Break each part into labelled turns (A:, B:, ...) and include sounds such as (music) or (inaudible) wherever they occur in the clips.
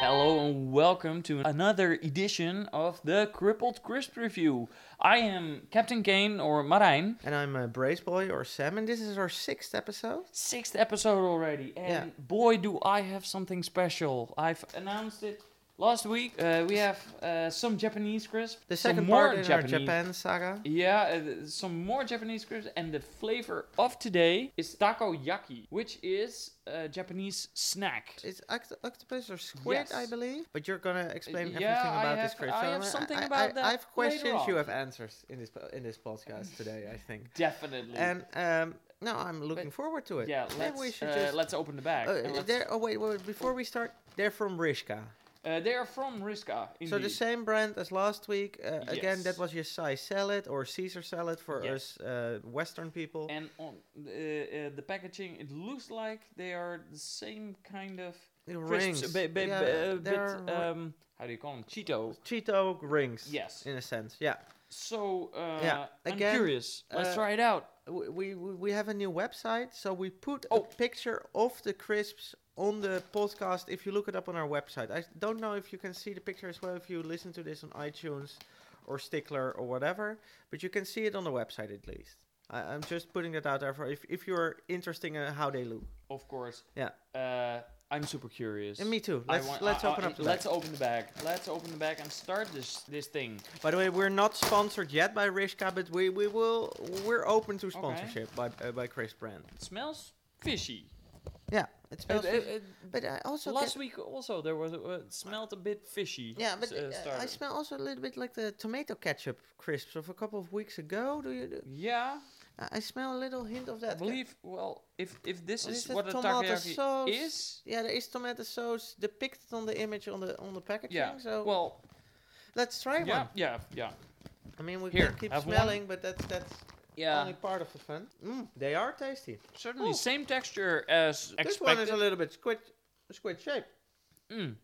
A: Hello and welcome to another edition of the Crippled Crisp Review. I am Captain Kane or Marijn.
B: And I'm a Brace Boy or Sam, and this is our sixth episode.
A: Sixth episode already, and
B: Yeah.
A: boy, do I have something special! I've announced it last week. Uh, we have uh, some Japanese crisp,
B: The
A: some
B: second
A: more
B: part in
A: Japanese.
B: our Japan saga.
A: Yeah, uh, some more Japanese crisps, and the flavor of today is takoyaki, which is a Japanese snack.
B: It's oct- octopus or squid,
A: Yes.
B: I believe. But you're gonna explain
A: Yeah,
B: everything
A: I
B: about
A: have-
B: this crisp.
A: I
B: So
A: have
B: I'm-
A: something
B: I, I-
A: about that
B: I have questions.
A: later
B: You
A: on.
B: have answers in this po- in this podcast today, I think.
A: Definitely.
B: And um, no, I'm looking forward to it.
A: yeah,
B: Maybe
A: let's
B: we should
A: uh,
B: just.
A: let's open the bag. and
B: Uh,
A: let's-
B: they're, oh wait, wait! Before we start, they're from Rishka,
A: Uh, they are from Riska. Indeed.
B: so the same brand as last week. Uh, Again,
A: Yes.
B: that was your Thai salad or Caesar salad for
A: Yes.
B: us uh, Western people.
A: And on uh, uh, the packaging, it looks like they are the same kind of
B: The
A: crisps,
B: rings.
A: A bit, bit,
B: Yeah,
A: a bit,
B: they're ri-
A: um, how do you call them? Cheeto.
B: Cheeto rings.
A: Yes.
B: In a sense, yeah.
A: So uh,
B: Yeah,
A: I'm
B: again,
A: curious. Let's
B: uh,
A: try it out.
B: W- We, we we have a new website, so we put
A: Oh.
B: a picture of the crisps on the podcast. If you look it up on our website, I don't know if you can see the picture as well if you listen to this on iTunes or Stickler or whatever, but you can see it on the website at least. I, I'm just putting that out there for if, if you're interested in how they look.
A: Of course.
B: Yeah.
A: Uh, I'm super curious.
B: And me too.
A: I
B: Let's
A: want-
B: let's
A: I- I-
B: open up. The
A: Let's
B: bag.
A: open the bag. Let's open the bag and start this this thing.
B: By the way, we're not sponsored yet by Rishka, but we, we will we're open to sponsorship by uh, by Crisp Brand.
A: It smells fishy.
B: Yeah, it
A: Uh,
B: smells.
A: uh,
B: fishy.
A: uh,
B: but I also get-
A: last week also there was uh, it smelled a bit fishy.
B: yeah,
A: s-
B: but
A: uh,
B: uh, I
A: starter.
B: smell also a little bit like the tomato ketchup crisps of a couple of weeks ago. Do you? Do?
A: Yeah.
B: I I smell a little hint of that.
A: I believe well if if this
B: Well,
A: is
B: is that
A: what a
B: tomato
A: takoyaki
B: sauce?
A: is
B: yeah, there is tomato sauce depicted on the image on the on the packaging.
A: yeah
B: So
A: well
B: let's try
A: yeah
B: one.
A: yeah yeah
B: I mean, we
A: Here,
B: can keep
A: have one.
B: smelling, but that's that's
A: yeah
B: only part of the fun. Mm, they are tasty.
A: certainly
B: Oh.
A: same texture as
B: This one is
A: expected.
B: a little bit squid squid shaped.
A: Mm.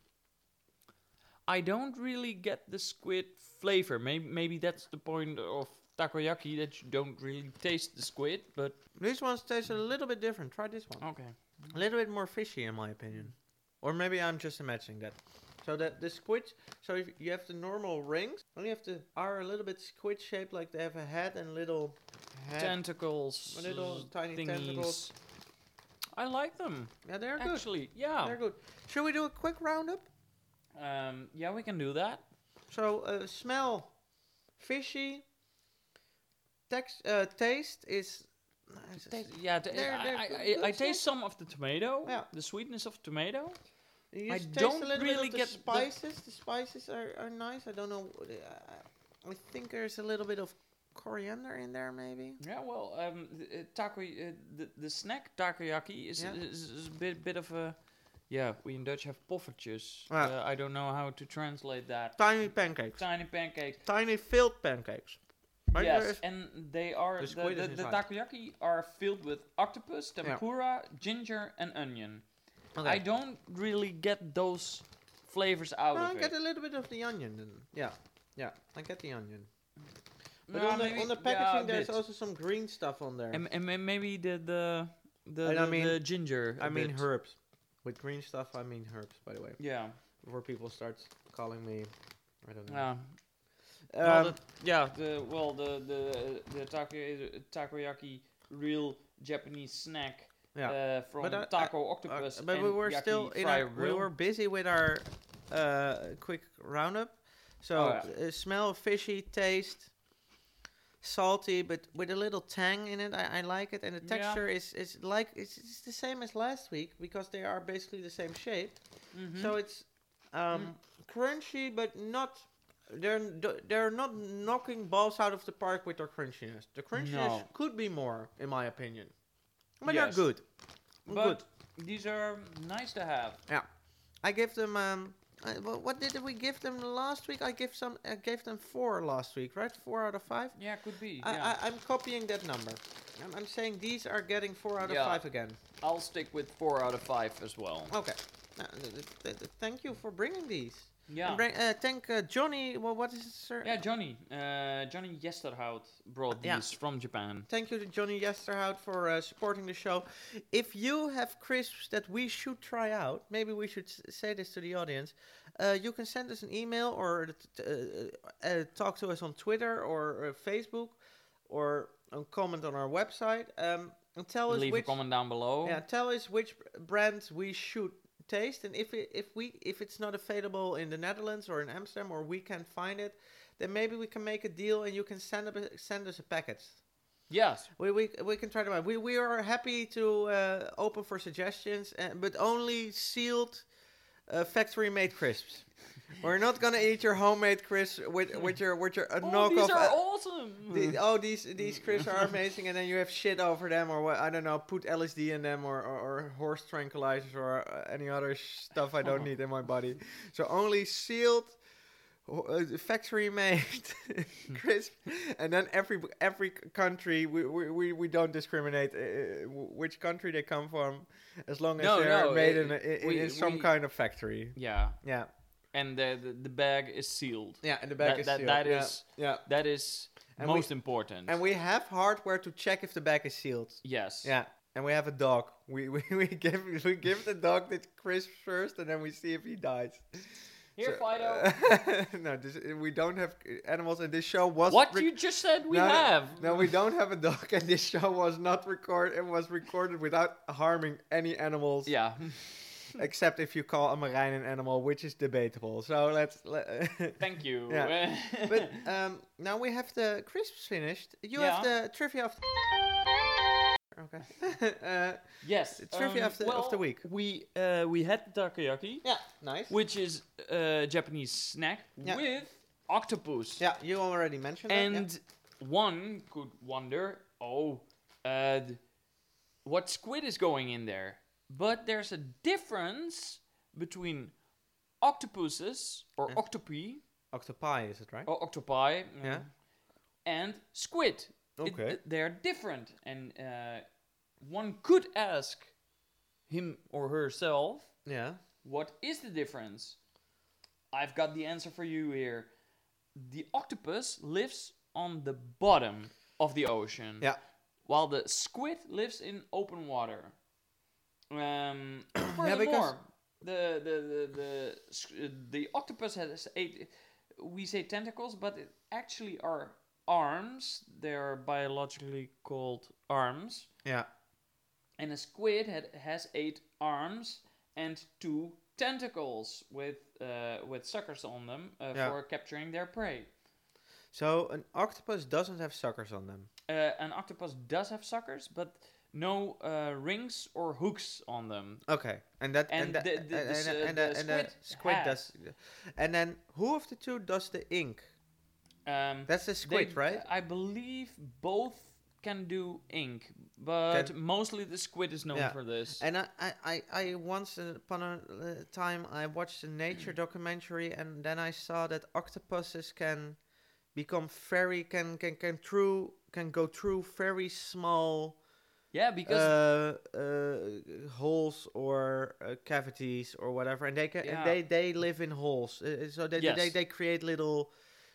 A: I don't really get the squid flavor. Maybe maybe that's the point of takoyaki that you don't really taste the squid, but
B: These ones taste a little bit different. Try this one.
A: okay.
B: A little bit more fishy, in my opinion. Or maybe I'm just imagining that. So that the squid, so if you have the normal rings, and you have the are a little bit squid shaped, like they have a head and little head.
A: Tentacles,
B: A little tiny
A: thingies.
B: tentacles.
A: I like them
B: yeah, they're good.
A: actually. Yeah.
B: They're good. Should we do a quick roundup?
A: Um, yeah, we can do that.
B: So uh, smell, fishy. Text, uh, taste is. nah, it's just-
A: Taste- yeah, t-
B: they're- they're
A: I,
B: good-
A: I, I, I
B: good
A: taste some of the tomato,
B: Yeah.
A: the sweetness of tomato.
B: You
A: I
B: just taste
A: don't
B: a little
A: really
B: bit
A: get
B: of
A: the-
B: the spices. The, spices are, are nice. I don't know. what- Uh, I think there's a little bit of coriander in there, maybe.
A: Yeah, well, um, th- uh, taco, uh, the, the snack takoyaki is,
B: Yeah.
A: is, is a bit, bit of a, yeah, we in Dutch have poffertjes.
B: Ah.
A: Uh, I don't know how to translate that.
B: Tiny pancakes.
A: Tiny pancakes.
B: Tiny filled pancakes. Right,
A: yes,
B: there's-
A: and they are
B: The
A: the,
B: squid
A: the,
B: is
A: the
B: inside.
A: takoyaki are filled with octopus,
B: Yeah.
A: tempura, ginger, and onion.
B: okay.
A: I don't really get those flavors out
B: No, I
A: of
B: get
A: it.
B: a little bit of the onion. Then. Yeah, yeah, I get the onion. But
A: No,
B: on, the,
A: maybe-
B: on the
A: yeah,
B: packaging,
A: a
B: there's
A: bit.
B: also some green stuff on there.
A: And, and ma- maybe the the the,
B: And I
A: the-
B: mean-
A: the ginger.
B: I
A: a
B: mean
A: bit.
B: herbs. With green stuff, I mean herbs. By the way,
A: Yeah.
B: before people start calling me, I don't know.
A: Yeah.
B: Um,
A: well, the, yeah. The well the the the takoyaki, takoyaki real Japanese snack.
B: Yeah.
A: Uh, from
B: But I- I-
A: taco
B: Uh,
A: octopus.
B: but
A: and
B: we were
A: yaki
B: still in
A: fry
B: our, we
A: roll.
B: were busy with our uh, quick roundup. So
A: Oh,
B: uh, smell fishy, taste salty, but with a little tang in it. I, I like it, and the
A: Yeah.
B: texture is is like it's, it's the same as last week because they are basically the same shape.
A: Mhm.
B: So it's
A: Mm-hmm.
B: um, crunchy, but not. They're n- they're not knocking balls out of the park with their crunchiness. The crunchiness
A: No.
B: could be more, in my opinion,
A: Yes.
B: but they're good. good.
A: but these are nice to have.
B: I gave them um. I, wha- what did we give them last week? I gave some. I gave them four last week, right? Four out of five.
A: Yeah, could be.
B: I,
A: yeah.
B: I, I'm copying that number. I'm, I'm saying these are getting four out
A: Yeah.
B: of five again.
A: I, will stick with four out of five as well.
B: Okay. Uh, th- th- th- th- thank you for bringing these.
A: Yeah.
B: And bring, uh, thank uh, Johnny. Well, what is it, sir?
A: Yeah, Johnny. Uh, Johnny Yesterhout brought
B: Yeah.
A: these from Japan.
B: Thank you to Johnny Yesterhout for uh, supporting the show. If you have crisps that we should try out, maybe we should s- say this to the audience. Uh, you can send us an email or t- t- uh, uh, talk to us on Twitter or uh, Facebook or a comment on our website. Um, and tell us
A: Leave a
B: which
A: comment down below.
B: yeah, tell us which brands we should taste, and if it, if we if it's not available in the Netherlands or in Amsterdam or we can't find it, then maybe we can make a deal and you can send up a, send us a packet.
A: Yes.
B: We, we, we can try to buy. We, we are happy to uh, open for suggestions, and, but only sealed uh, factory made crisps. We're not gonna eat your homemade crisps with with your with your uh,
A: Oh,
B: knockoff.
A: these are
B: uh,
A: awesome.
B: the- oh, these these
A: Hmm.
B: crisps
A: (laughs)
B: are amazing, and then you have shit over them, or what, I don't know, put LSD in them, or, or, or horse tranquilizers, or uh, any other stuff I
A: Oh.
B: don't need in my body. So only sealed, ho- uh, factory made (laughs)
A: Hmm.
B: crisp, and then every every country we we, we, we don't discriminate uh, uh, wh- which country they come from, as long as
A: No,
B: they're
A: no,
B: made
A: i-
B: in, a, in,
A: we-
B: in some
A: we-
B: kind of factory.
A: yeah,
B: Yeah,
A: and the, the the bag is sealed.
B: yeah, and the back
A: That-
B: is
A: that-
B: sealed.
A: that
B: yeah.
A: is-
B: yeah.
A: That is
B: And we-
A: most important.
B: And we have hardware to check if the back is sealed.
A: yes.
B: Yeah, and we have a dog. We we, (laughs) we give we give the dog the crisps first, and then we see if he dies.
A: Here,
B: So- (laughs)
A: Fido.
B: no, this, we don't have animals, and this show was
A: What
B: rec-
A: you just said we
B: no, no,
A: have.
B: No, we don't have a dog, (laughs) and this show was not recorded. It was recorded without harming any animals,
A: (laughs)
B: (laughs)
A: Yeah.
B: except if you call a marine an animal, which is debatable. So let's. Let,
A: Thank you. (laughs)
B: Yeah. (laughs) but um, now we have the crisps finished. You have
A: Yeah.
B: the trivia of. okay. (laughs) uh,
A: yes. um,
B: Trivia of the- of the week.
A: We uh, we had the takoyaki,
B: yeah, nice.
A: which is a Japanese snack
B: Yeah.
A: with octopus.
B: Yeah, you already mentioned that, yeah.
A: And one could wonder, oh, uh, th- what squid is going in there? But there's a difference between octopuses or
B: Yeah.
A: octopi
B: Octopi, is it right?
A: or octopi, mm,
B: Yeah.
A: and squid. It-
B: Okay.
A: th- they're different, and uh, one could ask him or herself,
B: Yeah.
A: what is the difference? I've got the answer for you here. The octopus lives on the bottom of the ocean,
B: Yeah.
A: while the squid lives in open water.
B: (clears throat)
A: Um, furthermore,
B: because-
A: the the the the, s- uh, the octopus has eight. We say tentacles, but it actually are arms. They are biologically called arms.
B: Yeah.
A: And a squid had, has eight arms and two tentacles with uh, with suckers on them uh,
B: Yeah.
A: for capturing their prey.
B: So an octopus doesn't have suckers on them.
A: Uh, an octopus does have suckers, but no uh, rings or hooks on them.
B: Okay. And that and
A: And
B: the-
A: the-
B: and
A: the- this,
B: the-
A: uh,
B: and the
A: the
B: and the
A: squid
B: squid
A: has.
B: does. And then who of the two does the ink?
A: Um,
B: That's the
A: they-
B: squid, right?
A: I believe both can do ink, but
B: Can-
A: mostly the squid is known
B: Yeah.
A: for this.
B: And I, I, I, I once upon a uh, time I watched a
A: (clears throat)
B: nature documentary and then I saw that octopuses can become very can can can through can go through very small
A: yeah, because
B: uh, uh, holes or uh, cavities or whatever, and they can,
A: Yeah.
B: and they they live in holes. Uh, so they, they
A: Yes.
B: they create little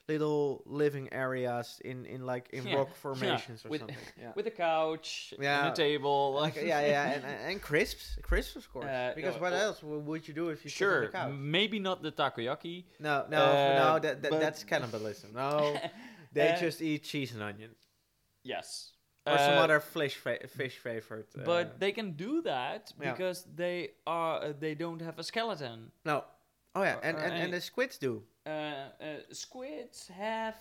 B: little living areas in in like in
A: Yeah.
B: rock
A: Yeah.
B: formations or
A: With-
B: something.
A: (laughs)
B: Yeah.
A: with a couch and
B: Yeah.
A: a table, like
B: (laughs) Like, yeah, yeah,
A: (laughs)
B: and, and and crisps, crisps of course.
A: Uh,
B: because
A: no,
B: what
A: uh,
B: else w- would you do if you
A: sure,
B: sit on the couch?
A: maybe not the takoyaki.
B: No, no,
A: uh,
B: no. That, that
A: but-
B: that's cannibalism.
A: (laughs)
B: No, they
A: Uh,
B: just eat cheese and onion
A: Yes.
B: or some
A: Uh,
B: other fish fa- fish favorite. Uh,
A: But they can do that
B: Yeah.
A: because they are uh, they don't have a skeleton.
B: no, oh yeah,
A: or-
B: and
A: or
B: and,
A: any-
B: and the squids do.
A: Uh, uh, squids have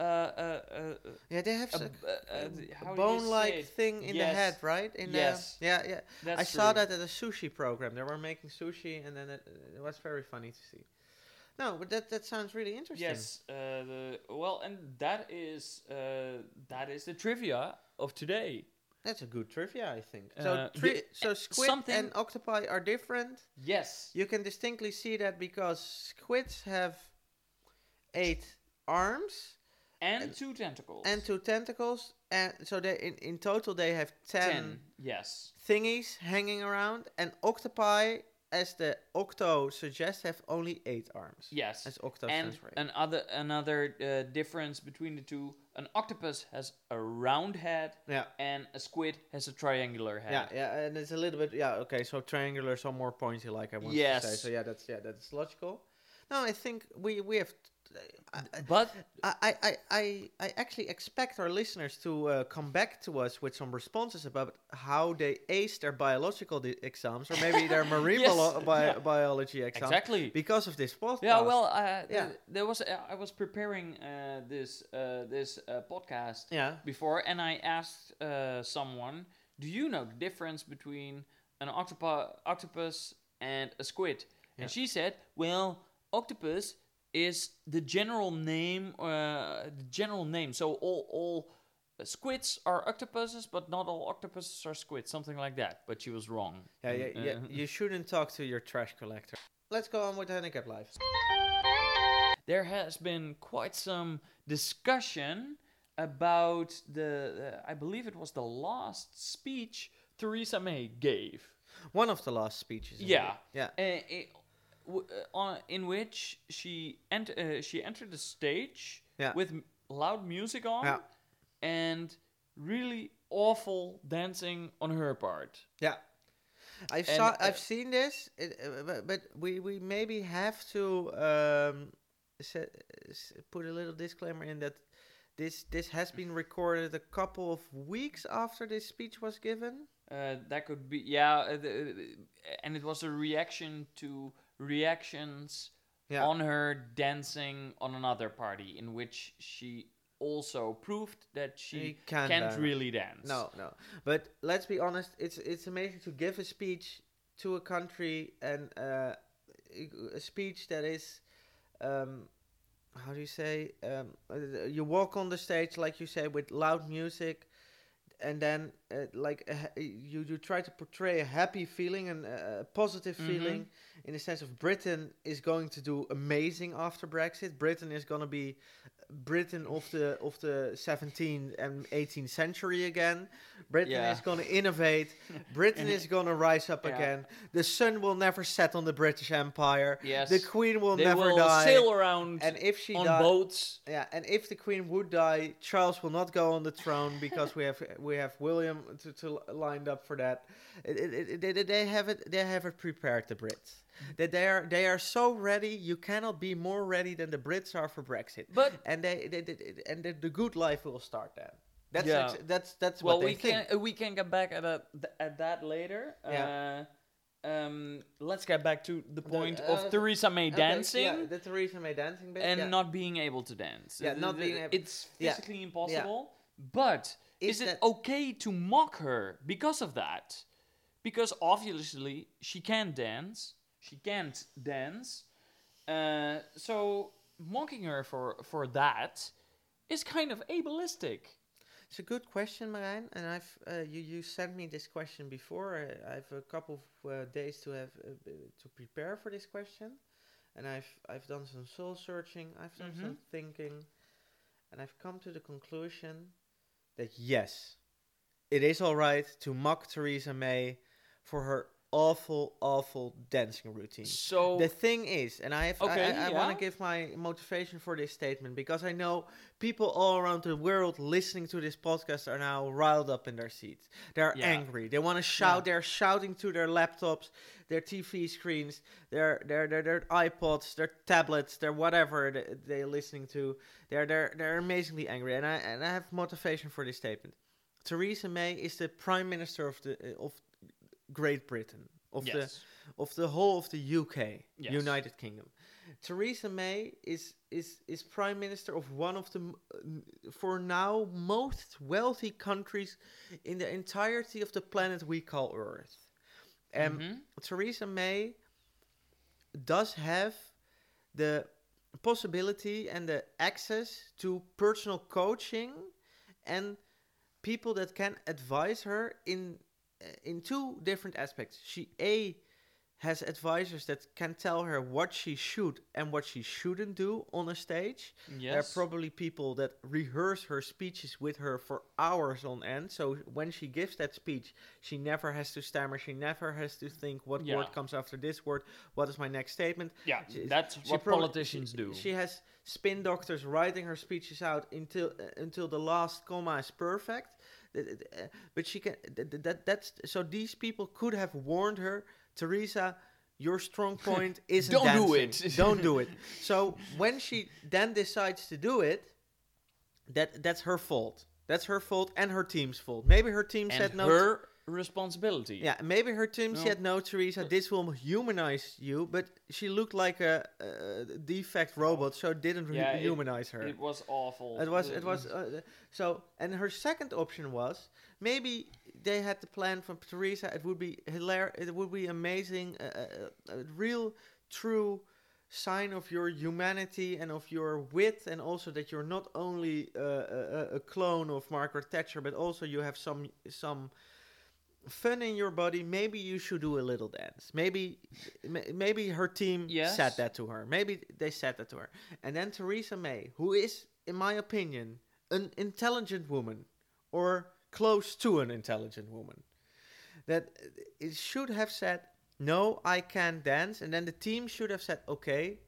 A: uh, uh, uh, uh,
B: Yeah, they have
A: a,
B: suck-
A: b- uh, uh, th- how do
B: a
A: you say
B: Um, bone-like
A: it?
B: thing in
A: Yes.
B: the head, right? In
A: Yes.
B: The, yeah, yeah.
A: That's
B: I saw
A: true.
B: that at a sushi program. They were making sushi, and then it, it was very funny to see. No, but that that sounds really interesting.
A: Yes. Uh, the, well, and that is uh, that is the trivia of today.
B: That's a good trivia, I think.
A: Uh,
B: so, tri-
A: the-
B: so squid
A: something-
B: and octopi are different.
A: Yes.
B: You can distinctly see that because squids have eight arms
A: And two tentacles.
B: and two tentacles, and so they in, in total they have
A: ten.
B: ten
A: Yes.
B: thingies hanging around, and octopi as the octo suggests, have only eight arms.
A: Yes.
B: As octo
A: and
B: stands for eight.
A: another another uh, difference between the two: an octopus has a round head,
B: yeah.
A: and a squid has a triangular head.
B: Yeah, yeah, and it's a little bit yeah, okay, so triangular some more pointy like I wanted to say.
A: Yes.
B: So yeah, that's yeah, that's logical. No, I think we we have I, I- (laughs)
A: But
B: I, I, I, I actually expect our listeners to uh, come back to us with some responses about how they ace their biological di- exams or maybe
A: (laughs)
B: their marine
A: Yes,
B: bio- bi-
A: yeah.
B: biology exams
A: exactly.
B: because of this podcast.
A: Yeah, well, uh, th-
B: Yeah.
A: there was uh, I was preparing uh, this uh, this uh, podcast
B: yeah,
A: before, and I asked uh, someone, "Do you know the difference between an octopu- octopus and a squid?"
B: Yeah.
A: And she said, "Well, octopus is the general name, uh, the general name. So all all uh, squids are octopuses, but not all octopuses are squids. Something like that." But she was wrong.
B: yeah, yeah, yeah.
A: Uh,
B: You shouldn't talk to your trash collector. Let's go on with the handicap life.
A: there has been quite some discussion about the, uh, I believe it was the last speech Theresa May gave,
B: One of the last speeches. indeed.
A: Yeah.
B: yeah,
A: uh, it- w- uh, on- in which she ent- uh, she entered the stage
B: Yeah.
A: with m- loud music on
B: Yeah.
A: and really awful dancing on her part.
B: yeah. I've
A: And,
B: saw,
A: uh,
B: I've seen this, it, uh, but, but we we maybe have to um, se- s- put a little disclaimer in that this this has been recorded a couple of weeks after this speech was given.
A: Uh, that could be yeah, uh, the, uh, and it was a reaction to reactions
B: Yeah.
A: on her dancing on another party, in which she also proved that she
B: You can't
A: can't
B: ban-
A: really dance.
B: No, no. But let's be honest. It's it's amazing to give a speech to a country and uh, a speech that is, um, how do you say? Um, uh, you walk on the stage like you say with loud music, and then uh, like a ha- you you try to portray a happy feeling and a a positive
A: Mhm.
B: feeling in the sense of Britain is going to do amazing after Brexit. Britain is going to be Britain of the of the 17th and 18th century again. Britain
A: Yeah.
B: is going to
A: (laughs)
B: innovate. Britain
A: And-
B: is going to rise up
A: Yeah.
B: again. The sun will never set on the British Empire.
A: Yes,
B: The Queen will
A: they
B: never
A: will
B: die.
A: sail around
B: and if she
A: on
B: die-
A: boats.
B: yeah, and if the Queen would die, Charles will not go on the throne because we have (laughs) we have William to, to lined up for that. It, it, it- they- they, they have it they have it prepared the Brits.
A: Mm-hmm.
B: That they are they are so ready. You cannot be more ready than the Brits are for Brexit.
A: But
B: And they, they, they- they- and the, the good life will start then. That's
A: Yeah.
B: ex- that's that's
A: well,
B: what they
A: we
B: think.
A: can uh, we can get back at that at that later.
B: Yeah.
A: Uh, um, let's get back to the point
B: uh,
A: of Theresa May
B: Okay,
A: dancing.
B: yeah, that's the reason my dancing bit.
A: and
B: yeah.
A: not being able to dance.
B: Yeah,
A: Th-
B: not
A: th-
B: being ab-
A: It's
B: yeah.
A: physically impossible. But
B: Is
A: is, it
B: that-
A: okay to mock her because of that? Because obviously she can dance. She can't dance. Uh, so mocking her for for that is kind of ableistic.
B: It's a good question, Marijn, and I've uh, you you sent me this question before. I, I have a couple of uh, days to have uh, b- to prepare for this question, and I've I've done some soul searching. I've done
A: Mhm.
B: some thinking, and I've come to the conclusion that yes, it is all right to mock Theresa May for her awful, awful dancing routine.
A: So
B: The thing is, and I have, I,
A: Okay,
B: I, want
A: yeah.
B: to give my motivation for this statement because I know people all around the world listening to this podcast are now riled up in their seats. They're
A: Yeah.
B: angry. They want to shout. They're shouting to their laptops, their TV screens, their their their, their iPods, their tablets, their whatever th- they're listening to. They're they're they're amazingly angry, and I and I have motivation for this statement. Theresa May is the prime minister of the uh, of Great Britain of the
A: yes,
B: of the whole of the UK,
A: Yes.
B: United Kingdom. Theresa May is is is prime minister of one of the m- uh, for now most wealthy countries in the entirety of the planet we call Earth. Um,
A: Mhm.
B: Theresa May does have the possibility and the access to personal coaching and people that can advise her in uh, in two different aspects. She a has advisors that can tell her what she should and what she shouldn't do on a stage. There are
A: Yes.
B: probably people that rehearse her speeches with her for hours on end. So when she gives that speech, she never has to stammer. She never has to think what
A: Yeah.
B: word comes after this word. What is my next statement?
A: yeah,
B: She-
A: that's
B: she
A: what
B: probably-
A: politicians do.
B: She has spin doctors writing her speeches out until uh, until the last comma is perfect. Th- th- th- uh, But she can th- th- that that's so these people could have warned her, Teresa. Your strong
A: (laughs)
B: point isn't
A: Don't do
B: dancing.
A: it."
B: (laughs) Don't do it. So when she then decides to do it, that that's her fault. That's her fault and her team's fault. Maybe her team
A: and
B: said no. to-
A: her responsibility.
B: yeah, maybe her team
A: No.
B: said no, Teresa. This will humanize you, but she looked like a, uh defect robot, so it didn't
A: Yeah,
B: hu-
A: it-
B: humanize her.
A: It Mm. was awful.
B: It was, it was, uh, so, and her second option was maybe they had the plan from Teresa. It would be hilarious, it would be amazing, uh, uh, a real, true sign of your humanity and of your wit, and also that you're not only uh, a, a- a clone of Margaret Thatcher, but also you have some, some fun in your body. Maybe you should do a little dance. Maybe, ma- maybe her team said
A: Yes.
B: that to her. Maybe they said that to her. And then Theresa May, who is, in my opinion, an intelligent woman or close to an intelligent woman, that uh, it should have said, No, I can dance. And then the team should have said, Okay,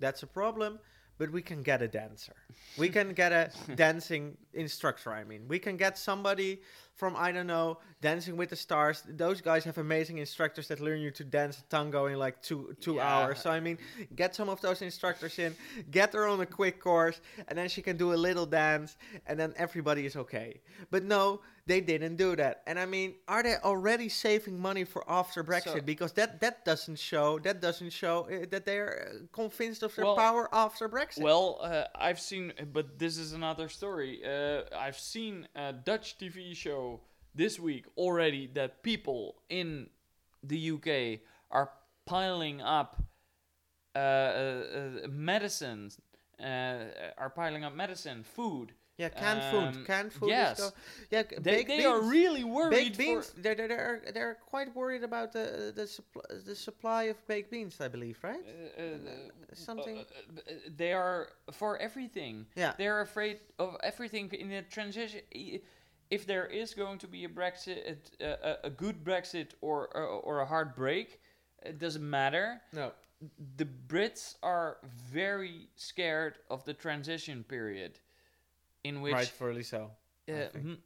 B: that's a problem, but we can get a dancer. We can get a dancing instructor, I mean. We can get somebody from, I don't know, Dancing with the Stars. Those guys have amazing instructors that learn you to dance tango in like two, two
A: Yeah.
B: hours. So, I mean, get some of those instructors in, get her on a quick course, and then she can do a little dance, and then everybody is okay. But no, they didn't do that. And I mean, are they already saving money for after Brexit?
A: So-
B: because that, that doesn't show that doesn't show uh, that they are uh, convinced of their
A: Well-
B: power after Brexit.
A: Well, uh, I've seen, but this is another story. Uh, I've seen a Dutch TV show this week already that people in the UK are piling up uh, uh, uh, medicine, uh, are piling up medicine, food.
B: yeah, canned
A: um,
B: food, canned food. is
A: yes.
B: go- yeah, c-
A: They,
B: baked
A: they are
B: beans.
A: really worried
B: baked
A: for.
B: beans. They're, they're, they're, they're quite worried about the the, suppl- the supply of baked beans, I believe, right?
A: uh, uh,
B: Something.
A: uh, uh, they are for everything.
B: Yeah.
A: They're afraid of everything in the transition. I- If there is going to be a Brexit, a, a- a good Brexit or uh, or a hard break, it doesn't matter.
B: no.
A: The Brits are very scared of the transition period, in which
B: rightfully so.
A: uh,
B: I think.
A: m-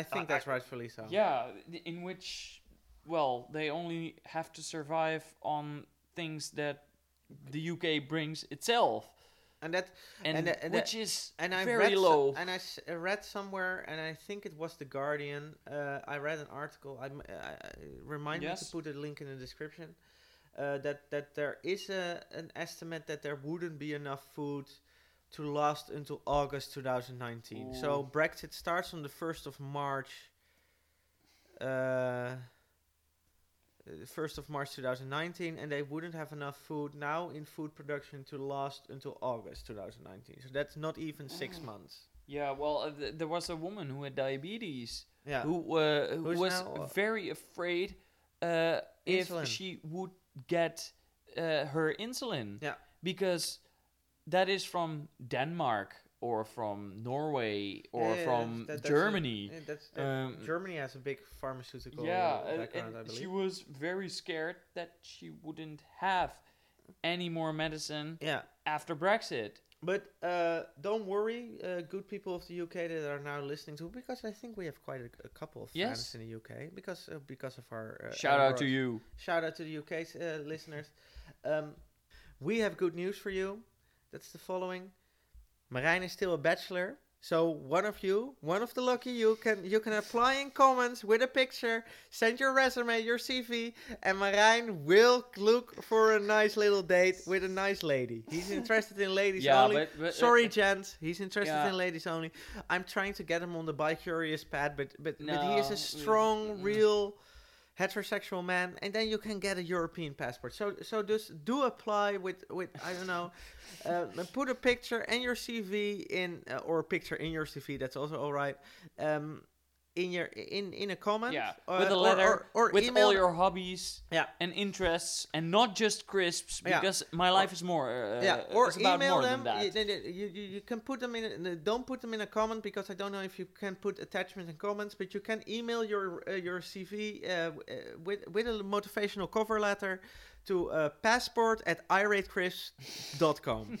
B: I think
A: I-
B: that's rightfully so.
A: yeah, th- in which well they only have to survive on things that the UK brings itself
B: And that
A: and,
B: And, uh, and, uh,
A: which is
B: and I
A: very
B: read so-
A: low.
B: and I s- uh, read somewhere, and I think it was the Guardian. Uh, I read an article. I'm, uh, I, I- remind me
A: Yes.
B: to put a link in the description. Uh, that that there is a, an estimate that there wouldn't be enough food to last until August 2019. So Brexit starts on the 1st of March. Uh, uh, 1st of March 2019, and they wouldn't have enough food now in food production to last until August 2019. So that's not even
A: Mm.
B: six months.
A: yeah, well, uh, th- there was a woman who had diabetes
B: Yeah.
A: who uh, who
B: Who's
A: was
B: now, uh,
A: very afraid uh, if
B: Insulin.
A: she would get uh, her insulin.
B: Yeah.
A: because that is from Denmark or from Norway or
B: Yeah, yeah,
A: from
B: that's- that's a-
A: Germany.
B: yeah, that's- that-
A: Um,
B: Germany has a big pharmaceutical
A: yeah,
B: uh,
A: and-
B: background, I
A: and
B: believe.
A: she was very scared that she wouldn't have any more medicine
B: yeah.
A: after Brexit.
B: But uh, don't worry, uh, good people of the UK that are now listening to, because I think we have quite a, a couple of
A: Yes.
B: fans in the UK because uh, because of our uh,
A: Shout out to you.
B: Emerald- Shout out to the UK 's, uh, listeners. Um, we have good news for you. That's the following. Marijn is still a bachelor, so one of you, one of the lucky you can you can apply in comments with a picture, send your resume, your CV, and Marijn will look for a nice little date with a nice lady. He's interested in ladies
A: Yeah,
B: only.
A: but- but-
B: Sorry, gents, he's interested
A: Yeah.
B: in ladies only. I'm trying to get him on the bi-curious pad, but but, but he is
A: No,
B: a
A: mm,
B: strong,
A: mm.
B: real heterosexual man, and then you can get a European passport. So so just do apply with with I don't
A: (laughs)
B: know, uh, and put a picture and your CV in uh, or a picture in your CV. That's also all right. Um, in your in in a comment.
A: Yeah,
B: uh,
A: with a
B: or-
A: letter,
B: or, or
A: with
B: email.
A: all your hobbies
B: yeah.
A: and interests, and not just crisps,
B: Yeah.
A: because my life is more. Uh,
B: yeah, or
A: it's about
B: email
A: more
B: them.
A: than that.
B: You, then you, you, you can put them in. A, in a- don't put them in a comment because I don't know if you can put attachments and comments. But you can email your uh, your CV uh, w- uh, with with a motivational cover letter to uh, passport at
A: (laughs)
B: iratechris.com.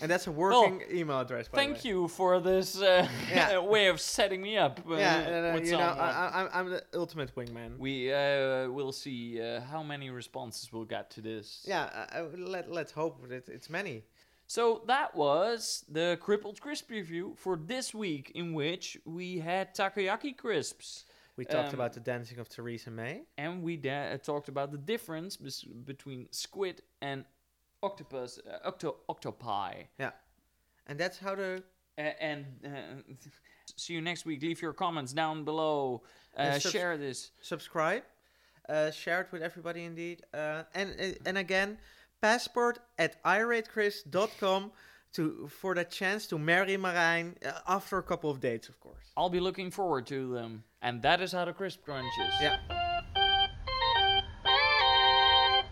B: and that's a working email address. By
A: Thank
B: the way.
A: you for this uh,
B: Yeah.
A: (laughs) way of setting me up. uh,
B: Yeah, and, uh,
A: with
B: you know
A: someone.
B: I, I, I'm- I'm the ultimate wingman.
A: we uh, will see uh, how many responses we'll get to this.
B: yeah, I, I, let let's hope that it's many.
A: So that was the Crippled Crisp review for this week, in which we had takoyaki crisps.
B: We talked
A: Um,
B: about the dancing of Theresa May.
A: and we da- uh, talked about the difference bes- between squid and octopus, uh, octo- octopi.
B: Yeah, and that's how the
A: A- and uh, (laughs) see you next week. Leave your comments down below. Uh,
B: And subs-
A: share this.
B: subscribe, uh, share it with everybody indeed. Uh, and uh, and again, passport at iratechris.com to for the chance to marry Marijn uh, after a couple of dates, of course.
A: I'll be looking forward to them. And that is how the crisp crunch is.
B: Yeah.